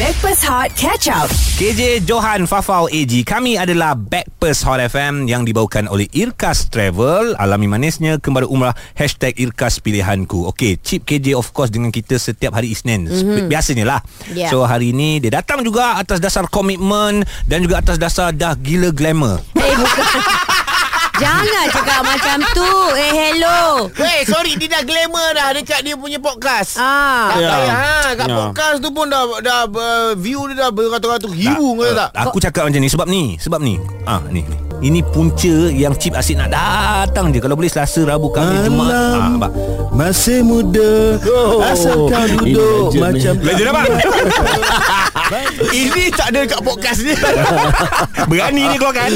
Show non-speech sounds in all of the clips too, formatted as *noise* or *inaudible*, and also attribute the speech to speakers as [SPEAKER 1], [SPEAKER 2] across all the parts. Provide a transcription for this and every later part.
[SPEAKER 1] Backpass Hot Catch Up.
[SPEAKER 2] KJ Johan Fafau AG Kami adalah Backpers Hot FM Yang dibawakan oleh Irkas Travel Alami manisnya Kembali umrah Hashtag Irkas Pilihanku Okey Chip KJ of course Dengan kita setiap hari Isnin mm-hmm. Biasanya lah
[SPEAKER 3] Yeah.
[SPEAKER 2] So hari ini Dia datang juga Atas dasar komitmen Dan juga atas dasar Dah gila glamour
[SPEAKER 3] Eh bukan Jangan cakap macam tu Eh hello
[SPEAKER 4] Weh, sorry dia dah glamour dah dekat dia punya podcast.
[SPEAKER 3] Ah,
[SPEAKER 4] Tak
[SPEAKER 2] Ya.
[SPEAKER 4] payah ha, kat
[SPEAKER 2] Ya.
[SPEAKER 4] podcast tu pun dah dah uh, view dia dah beratus-ratus ribu kau tahu tak?
[SPEAKER 2] Aku cakap macam ni Sebab ni Sebab ni Ah ni ni. Ini punca yang Chip asyik nak datang je Kalau boleh Selasa, Rabu, Khamis, Jumaat ah,
[SPEAKER 5] Malam
[SPEAKER 2] nampak?
[SPEAKER 5] Masih muda
[SPEAKER 4] Oh.
[SPEAKER 5] Asal kau duduk
[SPEAKER 6] legend
[SPEAKER 5] Macam
[SPEAKER 2] Legend apa?
[SPEAKER 4] *laughs* Ini tak ada kat podcast ni.
[SPEAKER 2] *laughs* Berani dia keluarkan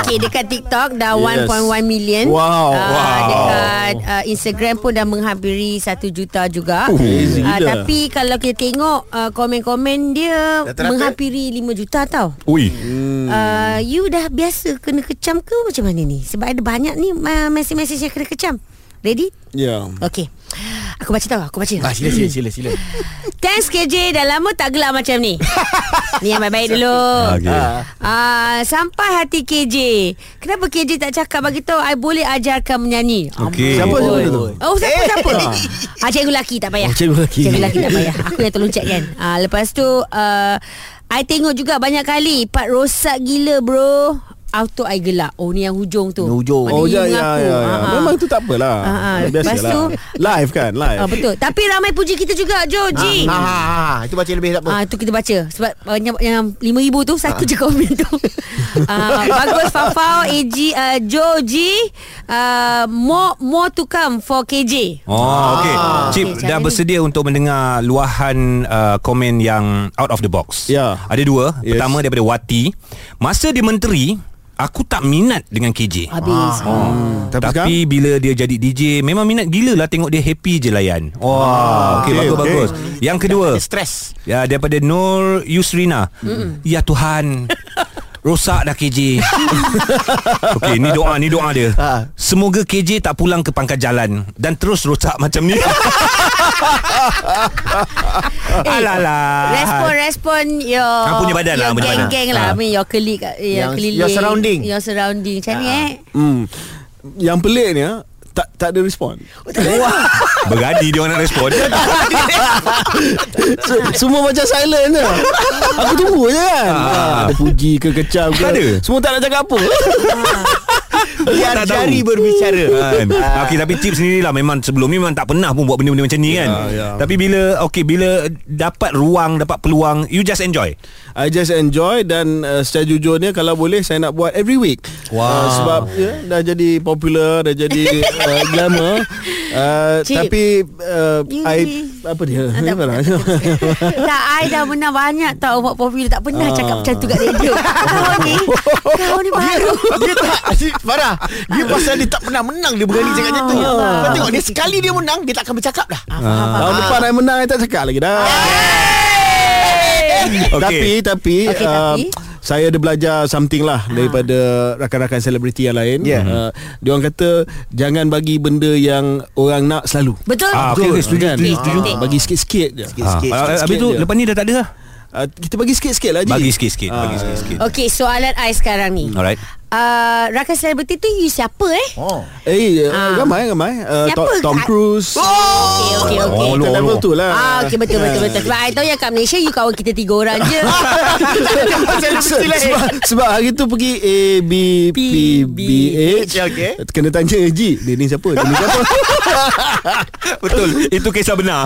[SPEAKER 3] Okay dekat TikTok Dah
[SPEAKER 6] Ya. Yes.
[SPEAKER 3] 1.1 million Ah,
[SPEAKER 6] Wow.
[SPEAKER 2] Wow.
[SPEAKER 3] Dekat uh, Instagram pun Dah menghampiri 1 juta juga
[SPEAKER 6] Oh, Crazy
[SPEAKER 3] Ah,
[SPEAKER 6] dah.
[SPEAKER 3] Tapi kalau kita tengok uh, Komen-komen dia
[SPEAKER 4] Rata-rata?
[SPEAKER 3] Menghampiri 5 juta tau
[SPEAKER 2] Ui
[SPEAKER 6] Hmm.
[SPEAKER 3] uh, You dah biasa Kena kecam ke Macam mana ni Sebab ada banyak ni uh, Mesej-mesej yang kena kecam Ready?
[SPEAKER 6] Ya.
[SPEAKER 3] Okay Aku baca tau Aku baca
[SPEAKER 6] Ah, sila sila sila sila.
[SPEAKER 3] Ya. Thanks KJ Dah lama tak gelak macam
[SPEAKER 6] *laughs*
[SPEAKER 3] ni Ni yang baik-baik dulu
[SPEAKER 2] Okay.
[SPEAKER 3] Ah, sampai hati KJ Kenapa KJ tak cakap bagi tahu I boleh ajarkan menyanyi
[SPEAKER 2] Okey.
[SPEAKER 6] Siapa
[SPEAKER 3] Amboi.
[SPEAKER 6] siapa tu? Eh.
[SPEAKER 3] Oh siapa
[SPEAKER 6] *laughs*
[SPEAKER 3] siapa ah, Cikgu lelaki tak payah
[SPEAKER 6] Oh, cikgu lelaki.
[SPEAKER 3] Cikgu lelaki tak payah Aku yang tolong check kan ah, Lepas tu uh, I tengok juga banyak kali Part rosak gila bro Auto I gelak Oh ni yang hujung tu
[SPEAKER 6] Hujung.
[SPEAKER 3] Maknanya
[SPEAKER 6] Oh,
[SPEAKER 3] you
[SPEAKER 6] ya, ya,
[SPEAKER 3] mengaku.
[SPEAKER 6] ya, ya.
[SPEAKER 3] Ah, ah.
[SPEAKER 6] Memang tu tak apalah.
[SPEAKER 3] Ah, ah.
[SPEAKER 6] Biasalah.
[SPEAKER 3] Lepas tu-
[SPEAKER 6] live kan, live.
[SPEAKER 3] Ah, Betul Tapi ramai puji kita juga Joji
[SPEAKER 6] Ah,
[SPEAKER 4] Ha, ha, ha. Itu baca lebih tak apa.
[SPEAKER 3] Ah tu kita baca sebab banyak yang 5000 tu satu je komen
[SPEAKER 2] *laughs*
[SPEAKER 3] tu. ah bagus Fafau AG uh, Joji uh, more more to come for KJ.
[SPEAKER 2] Oh, okey.
[SPEAKER 3] Ah.
[SPEAKER 2] Chip
[SPEAKER 3] Okey,
[SPEAKER 2] dah
[SPEAKER 3] cara ni.
[SPEAKER 2] bersedia untuk mendengar luahan uh, komen yang out of the box.
[SPEAKER 6] Ya.
[SPEAKER 2] Ada dua.
[SPEAKER 6] Yes.
[SPEAKER 2] Pertama daripada Wati. Masa dia menteri, aku tak minat dengan KJ.
[SPEAKER 3] Habis. Ah.
[SPEAKER 6] Tapi
[SPEAKER 2] Tapi, Tapi bila dia jadi DJ Memang minat gila lah Tengok dia happy je layan Wah oh, okay,
[SPEAKER 6] Ah, okey,
[SPEAKER 2] Bagus
[SPEAKER 6] okey.
[SPEAKER 2] bagus Yang kedua
[SPEAKER 4] Dia Stres.
[SPEAKER 2] ya, Daripada Nur Yusrina mm Ya Tuhan Rosak dah
[SPEAKER 6] *laughs*
[SPEAKER 2] KJ Okey ni doa Ni doa dia
[SPEAKER 6] Ha.
[SPEAKER 2] Semoga KJ tak pulang ke pangkat jalan Dan terus rosak macam
[SPEAKER 6] *laughs*
[SPEAKER 2] ni
[SPEAKER 3] Eh,
[SPEAKER 2] Alalah
[SPEAKER 3] Respon respon your
[SPEAKER 2] Ah, punya badan lah,
[SPEAKER 3] your
[SPEAKER 2] punya badan.
[SPEAKER 3] Geng-geng lah.
[SPEAKER 2] Ah.
[SPEAKER 3] I mean your colleague uh, your,
[SPEAKER 4] Yang-
[SPEAKER 3] keliling.
[SPEAKER 4] your surrounding.
[SPEAKER 3] Your surrounding. Macam ni
[SPEAKER 2] Ah.
[SPEAKER 3] eh.
[SPEAKER 6] hmm, yang peliknya tak tak ada respon.
[SPEAKER 3] *laughs*
[SPEAKER 6] Wah,
[SPEAKER 2] Berani dia orang nak respon
[SPEAKER 6] se- semua macam silent
[SPEAKER 3] *laughs*
[SPEAKER 6] je. Aku tunggu je kan. Ah, ada puji ke kecam ke.
[SPEAKER 2] Tak ada.
[SPEAKER 6] Semua tak nak cakap apa.
[SPEAKER 3] *laughs*
[SPEAKER 4] Biar
[SPEAKER 2] tak tahu.
[SPEAKER 4] jari berbicara.
[SPEAKER 2] kan. Okey tapi Chip sendirilah memang sebelum ni memang tak pernah pun buat benda-benda macam ni kan.
[SPEAKER 6] Ha. ya.
[SPEAKER 2] Tapi bila okey bila dapat ruang, dapat peluang, you just enjoy.
[SPEAKER 6] I just enjoy dan uh, secara jujurnya kalau boleh saya nak buat every week. Wow. Uh, sebab ya, dah jadi popular, dah
[SPEAKER 2] *laughs*
[SPEAKER 6] jadi uh, glamour. Uh,
[SPEAKER 3] Cik.
[SPEAKER 6] tapi uh,
[SPEAKER 3] You
[SPEAKER 6] I
[SPEAKER 3] ni-
[SPEAKER 6] apa dia?
[SPEAKER 3] Ah, tak,
[SPEAKER 2] lah.
[SPEAKER 3] apa, tak, apa, tak, apa. *laughs* tak, I dah menang banyak tau Buat popular Tak pernah
[SPEAKER 6] Ah.
[SPEAKER 3] cakap macam tu kat
[SPEAKER 2] *laughs*
[SPEAKER 3] radio Kau ni Kau
[SPEAKER 2] Oh.
[SPEAKER 3] ni baru
[SPEAKER 2] Ah,
[SPEAKER 4] Dia tak Farah Dia pasal dia tak pernah menang Dia berani cakap macam tu
[SPEAKER 3] Ah.
[SPEAKER 4] Kau tengok dia Sekali dia menang Dia tak akan bercakap dah
[SPEAKER 6] Tahun depan I menang I tak cakap lagi dah.
[SPEAKER 2] Ah. Okey.
[SPEAKER 6] Tapi tapi,
[SPEAKER 3] Okey,
[SPEAKER 6] uh,
[SPEAKER 3] tapi? Ah.
[SPEAKER 6] saya ada belajar something lah daripada rakan-rakan selebriti yang lain.
[SPEAKER 4] Yeah.
[SPEAKER 6] Uh, dia orang kata jangan bagi benda yang orang nak selalu.
[SPEAKER 3] Betul
[SPEAKER 2] Ah, okey, okey, setuju,
[SPEAKER 6] Kan?
[SPEAKER 2] setuju, setuju.
[SPEAKER 6] Ah, Bagi sikit-sikit je.
[SPEAKER 2] Ah,
[SPEAKER 4] sikit,
[SPEAKER 2] ah,
[SPEAKER 6] sikit
[SPEAKER 2] habis tu
[SPEAKER 6] je.
[SPEAKER 2] lepas ni dah tak ada lah.
[SPEAKER 6] Uh, kita bagi sikit-sikit lah Ji.
[SPEAKER 2] Bagi sikit-sikit,
[SPEAKER 6] Ah.
[SPEAKER 2] bagi sikit-sikit.
[SPEAKER 3] Okey, soalan I sekarang ni.
[SPEAKER 2] Alright.
[SPEAKER 3] Uh, rakan selebriti tu you siapa eh?
[SPEAKER 4] Oh
[SPEAKER 6] Eh,
[SPEAKER 3] Ah.
[SPEAKER 6] uh, ramai ramai. Uh,
[SPEAKER 3] Siapa?
[SPEAKER 6] Tom, Tom
[SPEAKER 3] Kat-
[SPEAKER 6] Cruise.
[SPEAKER 3] Okey, okey, okey.
[SPEAKER 6] Kita
[SPEAKER 2] Oh,
[SPEAKER 6] level
[SPEAKER 2] oh.
[SPEAKER 6] tu lah.
[SPEAKER 3] Ah, okey betul betul betul. Sebab I tahu yang kat Malaysia you kawan kita tiga orang je.
[SPEAKER 6] Se- *laughs* sebab, sebab hari tu pergi A B P B H
[SPEAKER 4] Okey.
[SPEAKER 6] Kena tanya Ji Dia ni siapa Dia ni
[SPEAKER 3] *laughs*
[SPEAKER 6] siapa
[SPEAKER 2] Betul *laughs* Itu kisah benar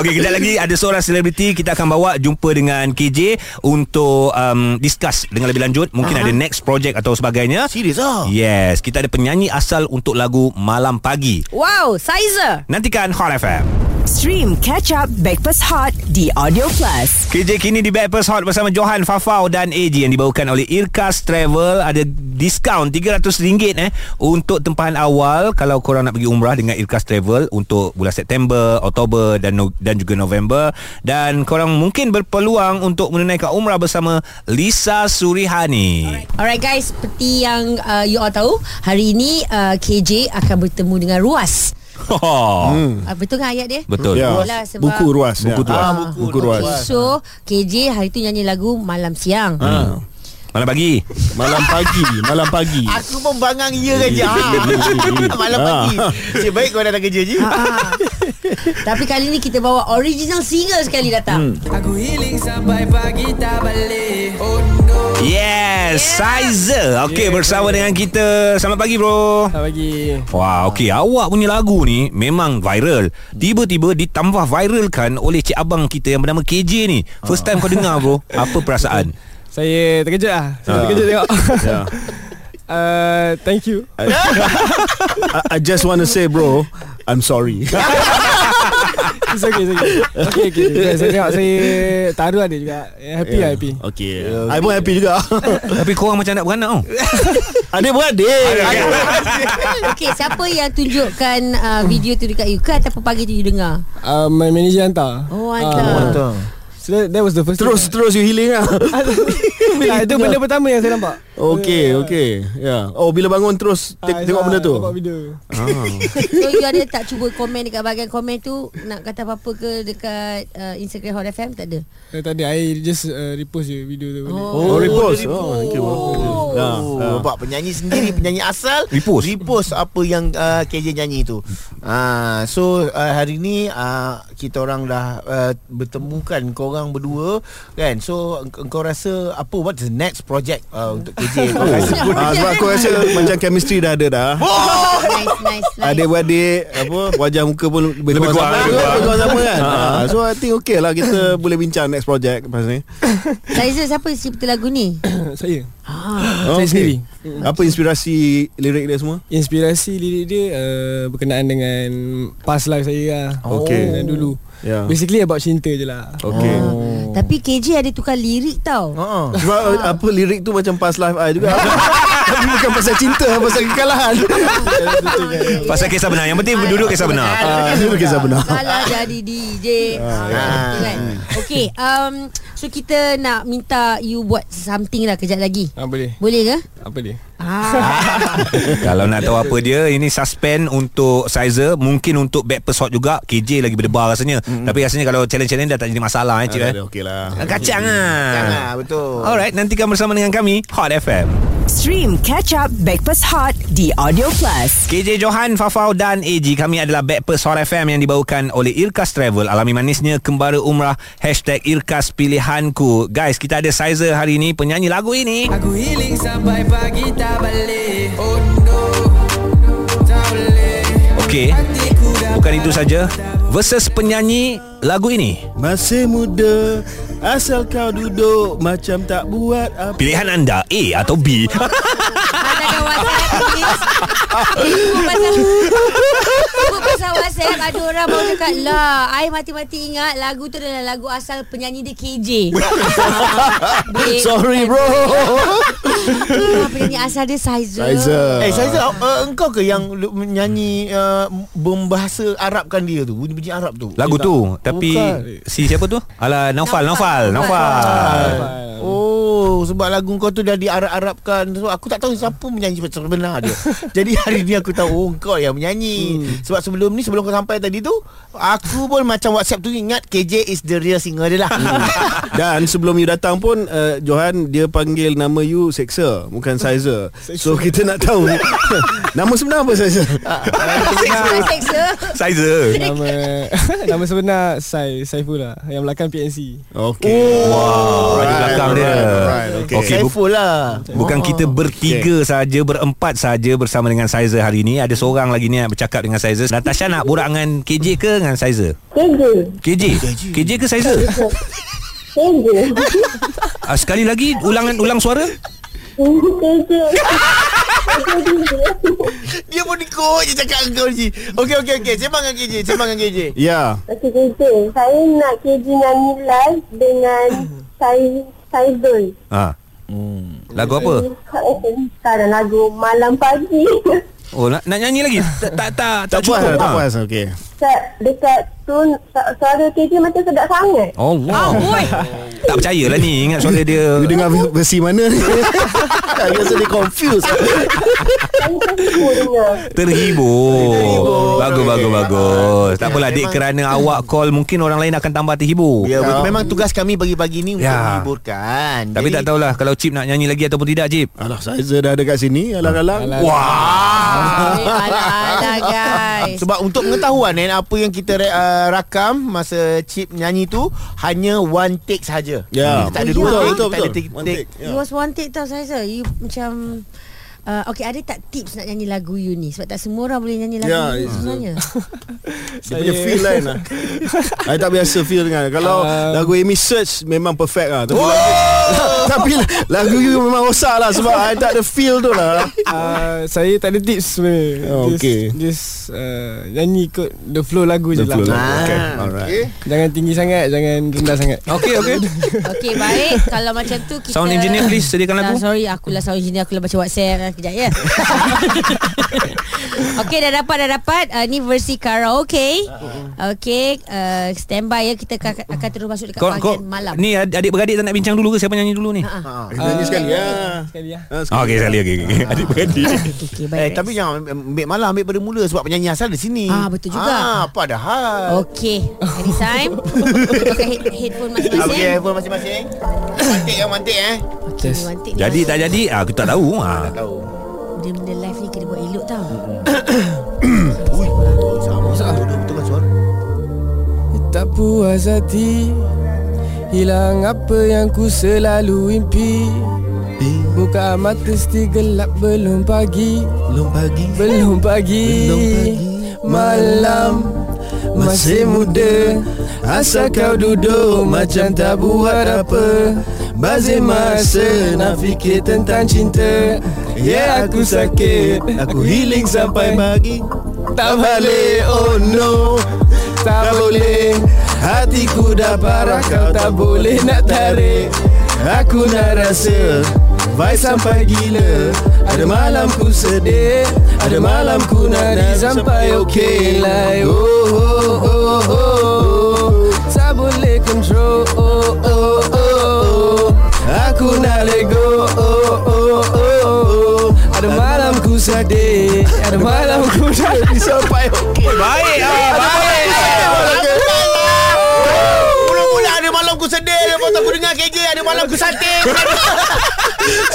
[SPEAKER 2] Okey kejap lagi Ada seorang selebriti Kita akan bawa Jumpa dengan KJ Untuk um, Discuss Dengan lebih lanjut Mungkin ada next project Atau sebagainya
[SPEAKER 4] Serius ah
[SPEAKER 2] Yes Kita ada penyanyi asal Untuk lagu Malam Pagi
[SPEAKER 3] Wow, Sizer.
[SPEAKER 2] Nantikan Hot FM
[SPEAKER 1] Stream Catch Up Backpass Hot di Audio Plus.
[SPEAKER 2] KJ kini di Backpast Hot bersama Johan, Fafau dan AG yang dibawakan oleh Irkas Travel ada diskaun RM300 eh untuk tempahan awal kalau korang nak pergi umrah dengan Irkas Travel untuk bulan September, Oktober dan no, dan juga November dan korang mungkin berpeluang untuk menunaikan umrah bersama Lisa Surihani.
[SPEAKER 3] Alright guys, seperti yang uh, you all tahu, hari ini uh, KJ akan bertemu dengan Ruas.
[SPEAKER 2] *laughs* Hmm.
[SPEAKER 3] Ah, betul kan ayat dia?
[SPEAKER 2] Betul.
[SPEAKER 6] Ya.
[SPEAKER 3] Yelah, sebab-
[SPEAKER 6] Buku ruas
[SPEAKER 2] Buku
[SPEAKER 6] ya.
[SPEAKER 2] ruas.
[SPEAKER 6] Ah, buku, buku ruas
[SPEAKER 3] So KJ hari tu nyanyi lagu Malam
[SPEAKER 2] *laughs*
[SPEAKER 3] Siang ha.
[SPEAKER 6] Ah.
[SPEAKER 2] Hmm. Malam pagi.
[SPEAKER 6] Malam pagi Malam pagi
[SPEAKER 3] Ah.
[SPEAKER 4] Aku pun bangang ya kan je *laughs* ha. Malam
[SPEAKER 6] Ah.
[SPEAKER 4] pagi Cik baik kau datang kerja je
[SPEAKER 3] Ah. Tapi kali ni kita bawa original single sekali datang hmm.
[SPEAKER 7] Aku healing sampai pagi tak balik Oh no
[SPEAKER 2] Yes, Sizer. Okey,
[SPEAKER 7] Yeah.
[SPEAKER 2] bersama dengan kita. Selamat pagi, bro.
[SPEAKER 7] Tak bagi
[SPEAKER 2] Wah, okey. Awak punya lagu ni memang viral. Tiba-tiba ditambah viralkan oleh cik abang kita yang bernama KJ ni. First time kau dengar,
[SPEAKER 4] *laughs*
[SPEAKER 2] bro. Apa perasaan?
[SPEAKER 7] Saya terkejut lah Saya
[SPEAKER 6] Ah.
[SPEAKER 7] terkejut tengok *laughs*
[SPEAKER 6] Ya.
[SPEAKER 7] uh, Thank you
[SPEAKER 6] I, I just want to say bro I'm sorry
[SPEAKER 7] It's okay, it's okay Okay, okay, okay. Saya tengok saya taruh ada juga Happy lah, happy
[SPEAKER 6] Ya. Okay I pun happy
[SPEAKER 3] *laughs*
[SPEAKER 6] juga
[SPEAKER 2] Tapi korang macam nak beranak oh. tau.
[SPEAKER 6] Adik-beradik
[SPEAKER 3] *laughs* Okay siapa yang tunjukkan uh, video tu dekat you ke Ataupun pagi tu you dengar
[SPEAKER 7] uh, My manager hantar
[SPEAKER 3] Oh
[SPEAKER 7] Ah.
[SPEAKER 3] hantar
[SPEAKER 7] So that, that was the first *laughs*
[SPEAKER 6] Terus
[SPEAKER 7] thing.
[SPEAKER 6] terus you healing lah
[SPEAKER 7] Ah, Itu benda pertama yang saya nampak
[SPEAKER 6] Okay okay yeah. Ya. Oh bila bangun terus
[SPEAKER 7] Ah,
[SPEAKER 6] te- Tengok benda
[SPEAKER 7] saya
[SPEAKER 6] tu
[SPEAKER 7] Nampak video
[SPEAKER 3] So you ada tak cuba komen dekat bahagian komen tu Nak kata apa-apa ke dekat uh, Instagram Hot FM Tak ada
[SPEAKER 7] Eh, Tak ada I just uh, repost je video tu balik.
[SPEAKER 6] Oh, repost.
[SPEAKER 4] dia
[SPEAKER 6] Oh, okay,
[SPEAKER 4] repost.
[SPEAKER 6] Ya, ya.
[SPEAKER 4] Oh, Nampak penyanyi sendiri Penyanyi asal
[SPEAKER 2] Repost.
[SPEAKER 4] Repost apa yang uh, KJ nyanyi tu Ah, So uh, hari ni uh, Kita orang dah uh, Bertemukan korang berdua Kan So engk- engkau rasa Apa What's the next project uh, Untuk
[SPEAKER 6] *laughs*
[SPEAKER 4] KJ Kau rasa
[SPEAKER 6] Ah, sebab aku rasa macam chemistry dah ada dah.
[SPEAKER 3] Nice nice nice
[SPEAKER 6] Adik-beradik apa wajah muka pun lebih
[SPEAKER 2] Lebih kurang,
[SPEAKER 6] sama,
[SPEAKER 2] lebih kurang.
[SPEAKER 6] lebih kurang sama kan. Ah, so I think okay lah kita boleh bincang next project lepas ni.
[SPEAKER 3] Saiza siapa cipta lagu ni Ah,
[SPEAKER 7] Saya
[SPEAKER 6] Oh,
[SPEAKER 7] Saya sendiri.
[SPEAKER 6] Apa inspirasi lirik dia semua?
[SPEAKER 7] Inspirasi lirik dia uh, Berkenaan dengan Past life saya lah
[SPEAKER 6] Okay.
[SPEAKER 7] Dan dulu
[SPEAKER 6] Ya.
[SPEAKER 7] Basically about cinta je lah
[SPEAKER 6] Okay.
[SPEAKER 3] oh. Tapi KJ ada tukar lirik tau
[SPEAKER 4] uh-uh.
[SPEAKER 6] Sebab uh, apa lirik tu macam past life I juga. *laughs* Tapi bukan pasal cinta, pasal kekalahan.
[SPEAKER 2] Pasal kisah benar. Yang penting duduk kisah
[SPEAKER 4] *laughs*
[SPEAKER 2] benar.
[SPEAKER 6] Ah, itu kisah benar.
[SPEAKER 3] Kalau jadi DJ ah, gitu kan. Okay um, So kita nak minta You buat something lah Kejap lagi
[SPEAKER 7] ah, Boleh
[SPEAKER 3] Boleh ke?
[SPEAKER 7] Apa dia?
[SPEAKER 3] Ah,
[SPEAKER 2] Kalau nak tahu apa dia, ini suspend untuk Sizer, mungkin untuk Backpast Hot juga. KJ lagi berdebar rasanya.
[SPEAKER 4] Hmm.
[SPEAKER 2] Tapi rasanya kalau challenge-challenge dah tak jadi masalah eh, cik eh.
[SPEAKER 6] Okay lah.
[SPEAKER 2] Kacang ah.
[SPEAKER 4] Jangan lah, betul
[SPEAKER 2] Alright, nantikan bersama dengan kami Hot FM.
[SPEAKER 1] Stream Catch Up Backpass Hot di Audio Plus.
[SPEAKER 2] KJ Johan, Fafau dan AG Kami adalah Backpers Hot FM Yang dibawakan oleh Irkas Travel Alami manisnya Kembara Umrah Hashtag Irkas Pilihanku Guys, kita ada Sizer hari ini Penyanyi lagu ini
[SPEAKER 7] Aku healing sampai pagi tak balik Oh no Tak boleh
[SPEAKER 2] Okey, bukan itu saja Versus penyanyi lagu ini
[SPEAKER 6] Masih muda Asal kau duduk Macam tak buat apa
[SPEAKER 2] Pilihan anda A atau B
[SPEAKER 3] Hantarkan WhatsApp please Sebut pasal Sebut pasal WhatsApp Ada orang mau cakap Lah I mati-mati ingat Lagu tu adalah lagu asal Penyanyi dia KJ Boleh.
[SPEAKER 6] *laughs* Sorry bro
[SPEAKER 3] Ah, Penyanyi asal dia Saiza
[SPEAKER 6] Aiza
[SPEAKER 4] Eh saya uh, engkau ke yang lu- menyanyi uh, membahasa Arabkan dia tu bunyi-bunyi Arab tu.
[SPEAKER 2] *laughs* Lagu
[SPEAKER 4] Dia
[SPEAKER 2] tu Tapi si siapa tu? Alah, Naufal Naufal
[SPEAKER 3] Naufal.
[SPEAKER 2] Naufal
[SPEAKER 4] tak- Oh sebab lagu kau tu dah diarab-arabkan so aku tak tahu siapa menyanyi sebenar dia. Jadi hari ni aku tahu oh, engkau yang menyanyi. Sebab sebelum ni sebelum kau sampai tadi tu aku pun macam WhatsApp tu ingat KJ is the real singer dia lah. *laughs*
[SPEAKER 6] Dan sebelum you datang pun uh, Johan dia panggil nama you Seksa Bukan Sizer So kita nak *laughs* tahu Nama sebenar apa Sizer?
[SPEAKER 3] Saiza
[SPEAKER 2] Sizer
[SPEAKER 7] Nama *laughs* Nama sebenar Sai Saiful lah Yang belakang PNC
[SPEAKER 6] Okay
[SPEAKER 2] Wow, ada belakang dia
[SPEAKER 6] alright, okay.
[SPEAKER 2] Okey, bu-
[SPEAKER 4] Saiful lah.
[SPEAKER 2] Bukan kita bertiga okay. saja Berempat saja Bersama dengan Sizer hari ini Ada seorang lagi ni Yang bercakap dengan Sizer Natasha nak borak dengan KJ ke Dengan Sizer? KJ KJ? KJ ke Sizer? KJ Sekali lagi Ulangan ulang suara
[SPEAKER 4] *laughs* Dia pun ikut je cakap dengan kau je. Okey okey okey sembang dengan KJ sembang dengan KJ.
[SPEAKER 6] Ya
[SPEAKER 8] Okey KJ, saya nak KJ nyanyi live dengan Sai Saizul.
[SPEAKER 2] ha. Lagu apa?
[SPEAKER 8] Tak ada lagu Malam Pagi. *laughs*
[SPEAKER 2] Oh nak, nak nyanyi lagi? Tak tak tak,
[SPEAKER 6] Tak
[SPEAKER 2] cukup
[SPEAKER 6] puas Tak
[SPEAKER 2] ha.
[SPEAKER 4] *laughs*
[SPEAKER 6] puas Okay
[SPEAKER 8] Dekat, dekat tu su- suara KJ macam sedap sangat.
[SPEAKER 2] Allah.
[SPEAKER 3] Ah, boy.
[SPEAKER 2] Oh, Tak percayalah ni Ingat suara dia
[SPEAKER 5] You dengar versi mana ni?
[SPEAKER 4] Ya,
[SPEAKER 6] Tak biasa dia confused
[SPEAKER 8] Saya pun suka dengar.
[SPEAKER 2] Terhibur Bagus
[SPEAKER 4] Okey.
[SPEAKER 2] bagus bagus Tak
[SPEAKER 4] Ya,
[SPEAKER 2] apalah Dik
[SPEAKER 4] memang-
[SPEAKER 2] kerana awak call Mungkin orang lain akan tambah terhibur
[SPEAKER 4] Ya, betul. memang tugas kami pagi-pagi ni untuk
[SPEAKER 2] Ya.
[SPEAKER 4] menghiburkan.
[SPEAKER 2] Tapi tak tahulah Kalau Cip nak nyanyi lagi Ataupun tidak Cip
[SPEAKER 6] *laughs* Alah Saiza dah ada kat sini Ah, Alang-alang
[SPEAKER 2] Wah
[SPEAKER 6] Ah.
[SPEAKER 3] Eh, Alah-alah guys.
[SPEAKER 4] Ah, Sebab untuk pengetahuan eh, apa yang kita re- uh, rakam masa Cip nyanyi tu hanya one take saja.
[SPEAKER 6] Ya.
[SPEAKER 4] Kita tak ada
[SPEAKER 3] Oh,
[SPEAKER 4] dua
[SPEAKER 3] ya?
[SPEAKER 4] take,
[SPEAKER 6] Betul,
[SPEAKER 4] tak ada
[SPEAKER 6] betul.
[SPEAKER 4] tiga
[SPEAKER 6] One
[SPEAKER 4] take.
[SPEAKER 6] take. Ya.
[SPEAKER 3] You was wanted tau saya sir. You macam Uh, okay ada tak tips nak nyanyi lagu you ni Sebab tak semua orang boleh nyanyi lagu
[SPEAKER 6] Ya,
[SPEAKER 3] yeah, you
[SPEAKER 6] it's a-
[SPEAKER 3] sebenarnya
[SPEAKER 6] Dia
[SPEAKER 7] Eh.
[SPEAKER 6] punya feel lain lah I tak biasa feel dengan Kalau
[SPEAKER 7] Um.
[SPEAKER 6] lagu Amy Search Memang perfect lah
[SPEAKER 7] Oh!
[SPEAKER 6] Tapi, lagu, *laughs* tapi lagu you memang rosak lah Sebab I tak ada feel tu lah
[SPEAKER 7] *laughs* Ah, saya tak ada tips sebenarnya
[SPEAKER 6] Oh, okey.
[SPEAKER 7] Just, just uh, nyanyi ikut the flow lagu
[SPEAKER 6] The
[SPEAKER 7] je lah
[SPEAKER 6] flow lagu.
[SPEAKER 4] Ah,
[SPEAKER 6] Okay,
[SPEAKER 4] okay.
[SPEAKER 6] alright.
[SPEAKER 7] Jangan tinggi sangat Jangan rendah sangat
[SPEAKER 2] Okey
[SPEAKER 3] *laughs*
[SPEAKER 2] okey
[SPEAKER 3] Okay baik Kalau macam tu kita
[SPEAKER 2] Sound engineer please Sediakan
[SPEAKER 3] Nah,
[SPEAKER 2] lagu
[SPEAKER 3] Lah, sorry akulah sound engineer Akulah baca whatsapp Sekejap ya Okay dah dapat dah dapat uh, Ni versi karaoke Okay uh, Stand by ya Kita akan, akan terus masuk dekat
[SPEAKER 2] kau, kau,
[SPEAKER 3] bahagian malam Ha,
[SPEAKER 2] Ni ad- adik-beradik tak nak bincang dulu ke Siapa nyanyi dulu ni
[SPEAKER 6] Ah, Nyanyi sekali ya.
[SPEAKER 7] Sekali lah
[SPEAKER 6] Ah, sekali.
[SPEAKER 2] Ah, Okey sekali okey okey.
[SPEAKER 3] *laughs*
[SPEAKER 2] Adik-beradik
[SPEAKER 3] okay, okay, baik,
[SPEAKER 4] Eh,
[SPEAKER 3] baik.
[SPEAKER 4] tapi jangan ambil malam, ambil pada mula sebab penyanyi asal di sini.
[SPEAKER 3] Ah, betul juga.
[SPEAKER 4] Ah, padahal.
[SPEAKER 3] Okay Anytime Pakai head, headphone masing-masing eh.
[SPEAKER 4] Okey, handphone masing-masing. Mantik eh, mantik eh.
[SPEAKER 3] okay.
[SPEAKER 7] Yes.
[SPEAKER 3] mantik ni
[SPEAKER 2] Jadi
[SPEAKER 3] masuk.
[SPEAKER 2] tak jadi ah, Aku tak tahu ah.
[SPEAKER 4] Tahu.
[SPEAKER 3] Benda-benda live ni kena buat elok tau
[SPEAKER 4] Ui, sama sama tu betul kan suara.
[SPEAKER 7] Tak puas hati Hilang apa yang ku selalu impi Buka mata still gelap belum pagi
[SPEAKER 5] Belum pagi
[SPEAKER 7] Belum pagi
[SPEAKER 5] Belum pagi.
[SPEAKER 7] Malam Masih muda Asal kau duduk macam tak buat apa Bazir masa nak fikir tentang cinta Ya yeah, aku sakit Aku healing sampai
[SPEAKER 5] pagi
[SPEAKER 7] tak balik Oh no Tak boleh Hatiku dah parah Kau tak boleh nak tarik Aku nak rasa Vibe sampai gila Ada malam ku sedih Ada malam ku nari Sampai okay like Oh oh oh oh Tak boleh control Oh oh oh Aku nak let go Oh oh oh oh Ada malam ku sedih Ada malam ku nari Sampai okay
[SPEAKER 2] Baik ah, baik.
[SPEAKER 4] Mula-mula ada malam ku sedih Lepas tu aku dengar KJ Ada malam ku
[SPEAKER 6] *laughs*
[SPEAKER 4] sakit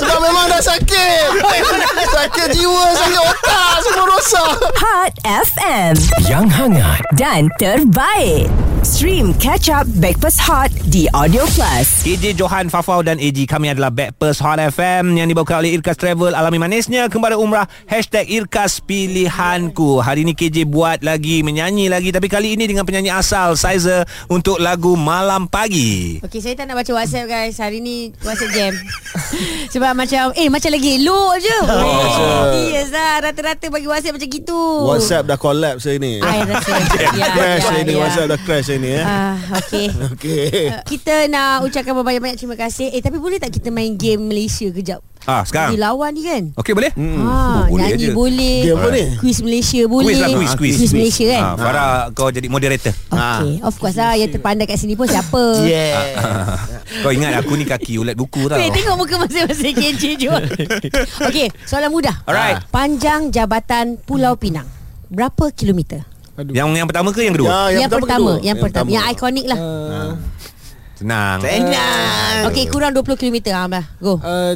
[SPEAKER 4] Sebab memang dah sakit *laughs* Sakit jiwa Sakit otak Semua rosak
[SPEAKER 1] Hot FM
[SPEAKER 5] Yang hangat
[SPEAKER 1] dan terbaik. Stream catch up Backpass Hot di Audio Plus.
[SPEAKER 2] KJ Johan Fafau dan AG Kami adalah Backpers Hot FM Yang dibawakan oleh Irkas Travel Alami manisnya Kembali umrah Hashtag Irkas Pilihanku Hari ni KJ buat lagi Menyanyi lagi Tapi kali ini dengan penyanyi asal Sizer Untuk lagu Malam Pagi
[SPEAKER 3] Okay saya tak nak baca whatsapp guys Hari ni whatsapp jam *laughs* Sebab macam Eh macam lagi elok je oh. Yes lah Rata-rata bagi whatsapp macam gitu
[SPEAKER 6] WhatsApp dah collapse hari ni.
[SPEAKER 3] I rasa ya,
[SPEAKER 6] *laughs* Crash hari ni WhatsApp dah crash hari ni eh.
[SPEAKER 3] Ah, okay
[SPEAKER 6] Okey.
[SPEAKER 3] Kita nak ucapkan banyak-banyak terima kasih Eh tapi boleh tak kita main game Malaysia kejap?
[SPEAKER 2] Ah
[SPEAKER 3] Dia
[SPEAKER 2] sekarang
[SPEAKER 3] lawan ni kan?
[SPEAKER 2] Okey boleh?
[SPEAKER 3] Hmm. Ah,
[SPEAKER 2] Oh, boleh
[SPEAKER 3] nyanyi
[SPEAKER 2] aja.
[SPEAKER 3] boleh
[SPEAKER 6] Game apa ni?
[SPEAKER 3] Kuis Malaysia boleh
[SPEAKER 2] Quiz lah quiz Quiz,
[SPEAKER 3] Kuis Malaysia kan?
[SPEAKER 2] ah, Farah kau jadi moderator
[SPEAKER 3] Okay Of course lah Yang terpandai kat sini pun siapa
[SPEAKER 6] Ah,
[SPEAKER 4] Yeah
[SPEAKER 2] Kau ingat aku ni kaki ulat buku tau
[SPEAKER 3] Weh, tengok muka masing-masing kencing je. Okey, soalan mudah.
[SPEAKER 2] Alright.
[SPEAKER 3] Panjang jabatan Pulau Pinang. Berapa kilometer?
[SPEAKER 2] Yang yang pertama ke yang kedua?
[SPEAKER 6] Ya,
[SPEAKER 3] Uh, yang, pertama,
[SPEAKER 6] kedua.
[SPEAKER 3] yang pertama, yang ikonik lah.
[SPEAKER 7] uh,
[SPEAKER 2] Senang
[SPEAKER 4] Tenang
[SPEAKER 3] Okey, kurang 20 kilometer Amlah. Go.
[SPEAKER 7] uh,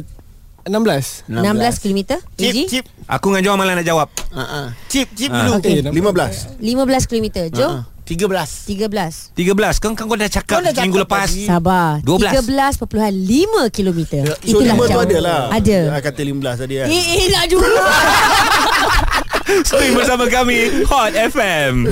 [SPEAKER 7] 16
[SPEAKER 3] 16, 16 kilometer.
[SPEAKER 4] Cip,
[SPEAKER 3] Eji.
[SPEAKER 4] cip
[SPEAKER 2] Aku dengan Johan malah nak jawab
[SPEAKER 4] Ah, ah. Cip, cip dulu
[SPEAKER 7] Okey,
[SPEAKER 6] 15.
[SPEAKER 3] 15 kilometer.
[SPEAKER 4] Ah,
[SPEAKER 3] Jo.
[SPEAKER 4] 13
[SPEAKER 3] 13.
[SPEAKER 2] 13 Kan kau dah cakap,
[SPEAKER 4] Kau dah cakap
[SPEAKER 2] minggu lepas *laughs*
[SPEAKER 4] tadi.
[SPEAKER 3] Sabar.
[SPEAKER 2] 12.
[SPEAKER 3] 13.5 kilometer.
[SPEAKER 6] Ya, So
[SPEAKER 3] Itulah
[SPEAKER 6] 5 tu
[SPEAKER 3] jauh.
[SPEAKER 6] ada lah
[SPEAKER 3] Ada.
[SPEAKER 6] I kata 15 tadi kan
[SPEAKER 3] Eh, eh nak juga. *laughs*
[SPEAKER 2] Stream bersama kami Hot FM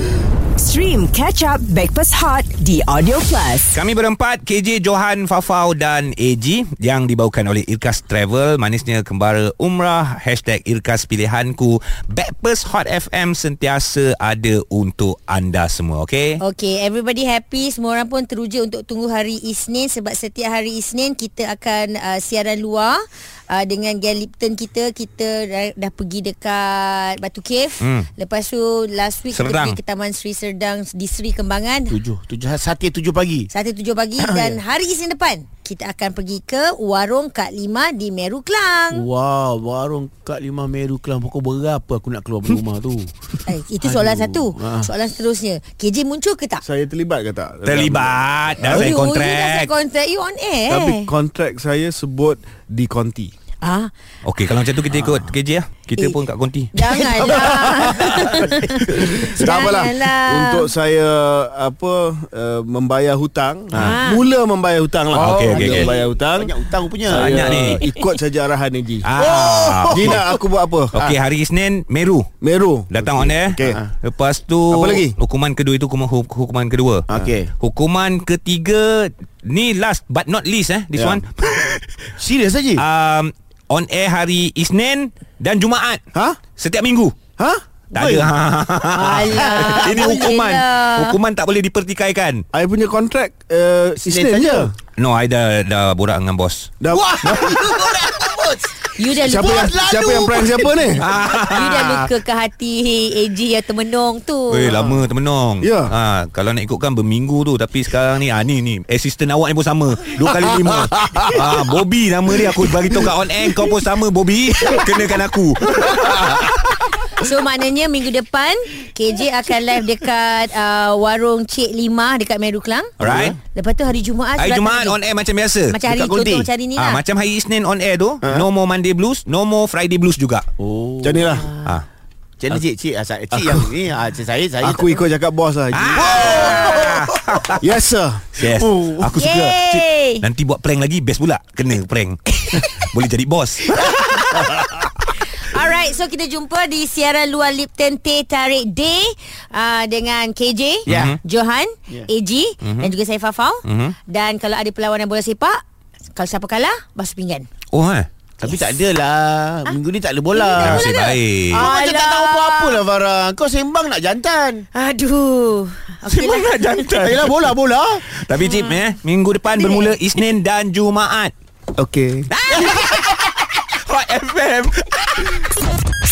[SPEAKER 1] Stream catch up Backpass Hot di Audio Plus.
[SPEAKER 2] Kami berempat KJ Johan Fafau dan AG yang dibawakan oleh Irkas Travel manisnya kembara umrah hashtag Irkas Pilihanku Backpast Hot FM sentiasa ada untuk anda semua
[SPEAKER 4] Oh.
[SPEAKER 2] okey
[SPEAKER 3] Okay, everybody happy. Semua orang pun teruja untuk tunggu hari Isnin sebab setiap hari Isnin kita akan uh, siaran luar uh, dengan Gary Lipton kita. Kita dah, dah pergi dekat Batu Cave. Hmm. Lepas tu last week
[SPEAKER 2] Serdang.
[SPEAKER 3] kita pergi ke Taman Sri Serdang di Sri Kembangan.
[SPEAKER 4] Tujuh tujuh Sati tujuh pagi
[SPEAKER 3] Satu tujuh pagi dan hari Isnin depan kita akan pergi ke Warung Kak Lima di Meru Klang.
[SPEAKER 4] Wah Warung kat lima meru kelam Pukul berapa aku nak keluar dari rumah tu
[SPEAKER 3] Eh, itu soalan
[SPEAKER 4] Aduh.
[SPEAKER 3] satu.
[SPEAKER 4] Ah.
[SPEAKER 3] Soalan seterusnya, KJ muncul ke tak?
[SPEAKER 6] Saya terlibat ke tak?
[SPEAKER 2] terlibat dah
[SPEAKER 3] you, You dah
[SPEAKER 2] saya
[SPEAKER 3] sign
[SPEAKER 2] kontrak
[SPEAKER 3] kontrak you on air.
[SPEAKER 6] Eh.
[SPEAKER 3] eh?
[SPEAKER 6] Tapi kontrak saya sebut di konti.
[SPEAKER 3] ah,
[SPEAKER 2] okey kalau macam tu kita ikut KJ lah kita
[SPEAKER 3] Eh.
[SPEAKER 2] pun kat konti
[SPEAKER 3] Janganlah *laughs*
[SPEAKER 6] Tak apalah.
[SPEAKER 3] Janganlah.
[SPEAKER 6] Untuk saya apa uh, membayar hutang,
[SPEAKER 3] Ah.
[SPEAKER 6] ha. mula membayar hutang lah.
[SPEAKER 2] Oh, okey, okey,
[SPEAKER 6] Mula
[SPEAKER 2] okey.
[SPEAKER 6] membayar hutang.
[SPEAKER 4] Banyak hutang rupanya
[SPEAKER 2] Banyak ni.
[SPEAKER 6] Ikut saja arahan Haji.
[SPEAKER 4] Oh.
[SPEAKER 2] ah
[SPEAKER 6] Ji nak aku buat apa? Ah,
[SPEAKER 2] okey hari Isnin Meru
[SPEAKER 6] Meru.
[SPEAKER 2] Datang on air Ah.
[SPEAKER 6] Okey.
[SPEAKER 2] Lepas tu
[SPEAKER 6] Apa lagi?
[SPEAKER 2] Hukuman kedua itu hukuman, hu- hukuman kedua Ah.
[SPEAKER 4] Okey.
[SPEAKER 2] Hukuman ketiga Ni last but not least eh This
[SPEAKER 6] *laughs* Ya.
[SPEAKER 2] one
[SPEAKER 4] Serius saja
[SPEAKER 2] um, On air hari Isnin Dan Jumaat
[SPEAKER 6] Ha?
[SPEAKER 2] Setiap minggu
[SPEAKER 6] Ha?
[SPEAKER 2] Tak ada
[SPEAKER 3] Alah,
[SPEAKER 2] Ini
[SPEAKER 3] boleh
[SPEAKER 2] hukuman
[SPEAKER 3] lah.
[SPEAKER 2] *laughs* Hukuman tak boleh dipertikaikan
[SPEAKER 6] I punya kontrak uh,
[SPEAKER 4] Isnin
[SPEAKER 6] Isnin
[SPEAKER 4] saja.
[SPEAKER 6] je.
[SPEAKER 2] No, I dah, dah borak dengan bos
[SPEAKER 6] Dah, Wah,
[SPEAKER 4] *laughs*
[SPEAKER 3] You dah
[SPEAKER 6] siapa
[SPEAKER 3] luka
[SPEAKER 6] yang siapa yang prank siapa ni?
[SPEAKER 2] Ah.
[SPEAKER 3] You dah luka ke hati AJ yang termenung tu
[SPEAKER 2] Eh lama termenung
[SPEAKER 6] Ya.
[SPEAKER 2] ha, Kalau nak ikutkan berminggu tu Tapi sekarang ni ha, Ni ni Assistant awak ni pun sama Dua kali
[SPEAKER 3] *laughs*
[SPEAKER 2] lima ha, Bobby nama dia Aku beritahu kat on air Kau pun sama Bobby
[SPEAKER 3] *laughs*
[SPEAKER 2] Kenakan aku
[SPEAKER 3] So maknanya minggu depan KJ akan live dekat uh, Warung Cik Lima Dekat Meru Klang
[SPEAKER 2] Alright.
[SPEAKER 3] Lepas tu hari Jumaat
[SPEAKER 2] Hari
[SPEAKER 3] surat
[SPEAKER 2] Jumaat
[SPEAKER 3] lagi.
[SPEAKER 2] on air macam biasa
[SPEAKER 3] Macam hari
[SPEAKER 2] Dekat
[SPEAKER 3] contoh
[SPEAKER 2] Kunti.
[SPEAKER 3] macam hari ni
[SPEAKER 2] Ah,
[SPEAKER 3] lah. Ha?
[SPEAKER 2] Macam hari Isnin on air tu No more Monday Blues No more Friday Blues juga
[SPEAKER 6] Macam ni lah.
[SPEAKER 2] Ah.
[SPEAKER 4] Macam mana cik Cik, ah, sa- cik yang ni ah, Cik saya saya
[SPEAKER 6] Aku ikut cakap bos lah. Haji. Yes sir.
[SPEAKER 2] Yes Aku suka
[SPEAKER 3] Oh. Yay.
[SPEAKER 2] Cik, *laughs* Nanti buat prank lagi Best pula Kena
[SPEAKER 3] *laughs*
[SPEAKER 2] prank Boleh jadi bos
[SPEAKER 3] Alright so kita jumpa di siaran luar Lipton Teh Tarik Day uh, Dengan KJ
[SPEAKER 4] Ya.
[SPEAKER 3] Johan AJ
[SPEAKER 2] Mhm.
[SPEAKER 3] Dan juga saya Fafau Dan kalau ada perlawanan bola sepak Kalau siapa kalah Basuh pinggan
[SPEAKER 2] Oh eh
[SPEAKER 4] Tapi tak adalah Minggu ni tak ada bola
[SPEAKER 2] Nasib baik
[SPEAKER 3] Ah,
[SPEAKER 4] Kau macam tak tahu
[SPEAKER 3] Alah.
[SPEAKER 4] apa-apa lah Farah Kau sembang nak jantan
[SPEAKER 3] Aduh okay, lah.
[SPEAKER 4] nak jantan Yelah bola-bola
[SPEAKER 2] Tapi Cip eh, Minggu depan bermula Isnin dan Jumaat
[SPEAKER 6] Okay.
[SPEAKER 2] Hot FM